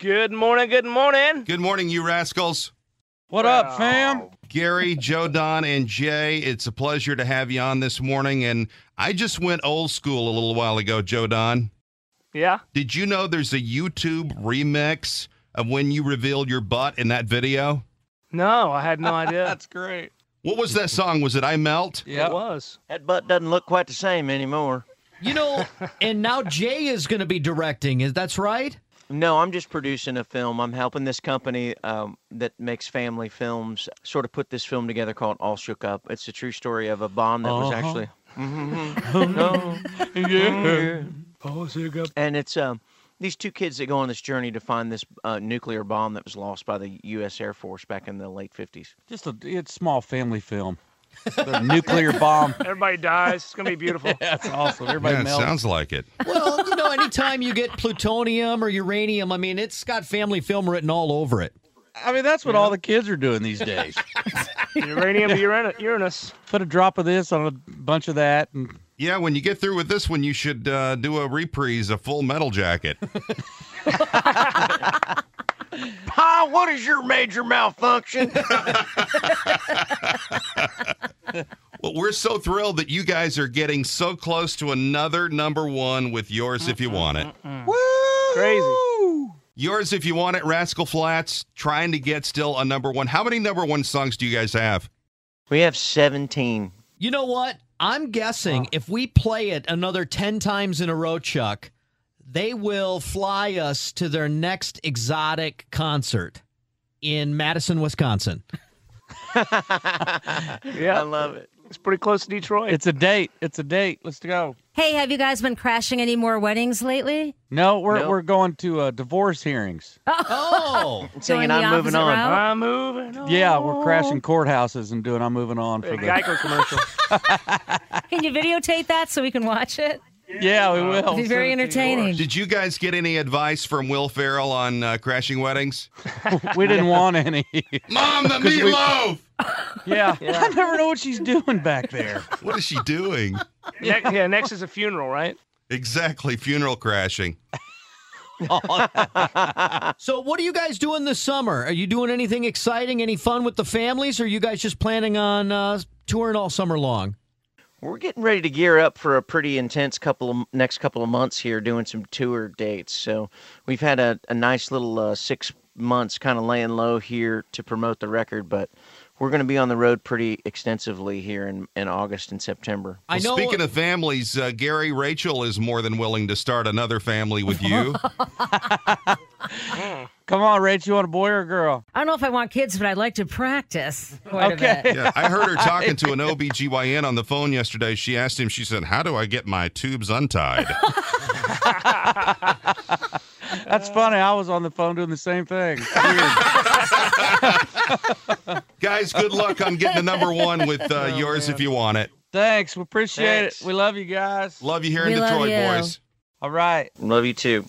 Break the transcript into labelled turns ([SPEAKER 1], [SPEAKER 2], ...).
[SPEAKER 1] Good morning. Good morning.
[SPEAKER 2] Good morning, you rascals.
[SPEAKER 3] What up, fam?
[SPEAKER 2] Gary, Joe, Don, and Jay, it's a pleasure to have you on this morning. And I just went old school a little while ago, Joe Don.
[SPEAKER 1] Yeah.
[SPEAKER 2] Did you know there's a YouTube remix of when you revealed your butt in that video?
[SPEAKER 1] No, I had no idea.
[SPEAKER 3] That's great.
[SPEAKER 2] What was that song? Was it I Melt?
[SPEAKER 1] It
[SPEAKER 3] Yeah.
[SPEAKER 1] was.
[SPEAKER 4] That butt doesn't look quite the same anymore.
[SPEAKER 5] You know, and now Jay is going to be directing. Is that's right?
[SPEAKER 4] No, I'm just producing a film. I'm helping this company um, that makes family films sort of put this film together called All Shook Up. It's a true story of a bomb that was
[SPEAKER 5] Uh-huh.
[SPEAKER 4] actually. Mhm. No. Yeah. And it's um, these two kids that go on this journey to find this uh, nuclear bomb that was lost by the U.S. Air Force back in the late 50s.
[SPEAKER 3] Just a it's small family film. The nuclear bomb.
[SPEAKER 1] Everybody dies. It's gonna be beautiful.
[SPEAKER 3] That's awesome. Everybody
[SPEAKER 2] Yeah, it
[SPEAKER 3] melts.
[SPEAKER 2] sounds like it.
[SPEAKER 5] Well, you know, anytime you get plutonium or uranium, I mean, it's got family film written all over it.
[SPEAKER 3] I mean, that's what all the kids are doing these days.
[SPEAKER 1] Uranium, Uran- Uranus.
[SPEAKER 3] Put a drop of this on a bunch of that, and
[SPEAKER 2] Yeah, when you get through with this one, you should uh, do a reprise of Full Metal Jacket.
[SPEAKER 4] Pa, what is your major malfunction?
[SPEAKER 2] well, we're so thrilled that you guys are getting so close to another number one with Yours If You Want It.
[SPEAKER 1] Crazy.
[SPEAKER 2] Yours If You Want It, Rascal Flats, trying to get still a number one. How many number one songs do you guys have?
[SPEAKER 4] we have 17.
[SPEAKER 5] You know what? I'm guessing if we play it another 10 times in a row, Chuck, they will fly us to their next exotic concert in Madison, Wisconsin.
[SPEAKER 1] Yeah.
[SPEAKER 4] I love it.
[SPEAKER 1] It's pretty close to Detroit.
[SPEAKER 3] Um, it's a date. It's a date. Let's go.
[SPEAKER 6] Hey, have you guys been crashing any more weddings lately?
[SPEAKER 3] No, we're
[SPEAKER 4] No.
[SPEAKER 3] we're going to uh, divorce hearings.
[SPEAKER 5] Oh,
[SPEAKER 4] Singing
[SPEAKER 6] Going the
[SPEAKER 4] I'm moving
[SPEAKER 6] opposite
[SPEAKER 4] on.
[SPEAKER 6] route?
[SPEAKER 1] I'm moving. On.
[SPEAKER 3] Yeah, we're crashing courthouses and doing. I'm moving on
[SPEAKER 1] A
[SPEAKER 3] for the.
[SPEAKER 1] Geico commercial.
[SPEAKER 6] Can you videotape that so we can watch it?
[SPEAKER 3] Yeah, we will.
[SPEAKER 6] It'd be very entertaining.
[SPEAKER 2] Did you guys get any advice from Will Farrell on uh, crashing weddings?
[SPEAKER 3] We didn't want any.
[SPEAKER 2] Mom, the meatloaf!
[SPEAKER 3] yeah. I never know what she's doing back there.
[SPEAKER 2] what is she doing?
[SPEAKER 1] Ne- yeah. Next is a funeral, right?
[SPEAKER 2] Exactly, funeral crashing.
[SPEAKER 5] so what are you guys doing this summer? Are you doing anything exciting, any fun with the families? Or are you guys just planning on uh, touring all summer long?
[SPEAKER 4] We're getting ready to gear up for a pretty intense couple of next couple of months here, doing some tour dates. So we've had a, a nice little uh, six months kind of laying low here to promote the record, but we're going to be on the road pretty extensively here in, in August and September.
[SPEAKER 5] I know.
[SPEAKER 2] Speaking of families, uh, Gary Rachel is more than willing to start another family with you.
[SPEAKER 3] Come on, Rach. You want a boy or a girl?
[SPEAKER 6] I don't know if I want kids, but I'd like to practice. Quite
[SPEAKER 3] Okay.
[SPEAKER 6] A bit.
[SPEAKER 2] yeah, I heard her talking to an OBGYN on the phone yesterday. She asked him, she said, How do I get my tubes untied?
[SPEAKER 3] That's funny. I was on the phone doing the same thing. Weird.
[SPEAKER 2] guys, good luck on getting the number one with
[SPEAKER 5] Oh,
[SPEAKER 2] uh, Yours If You Want It.
[SPEAKER 3] Thanks. We appreciate
[SPEAKER 4] Thanks.
[SPEAKER 3] it. We love you guys.
[SPEAKER 2] Love you here in
[SPEAKER 6] We love
[SPEAKER 2] Detroit,
[SPEAKER 6] you.
[SPEAKER 2] boys.
[SPEAKER 3] All right.
[SPEAKER 4] Love you too.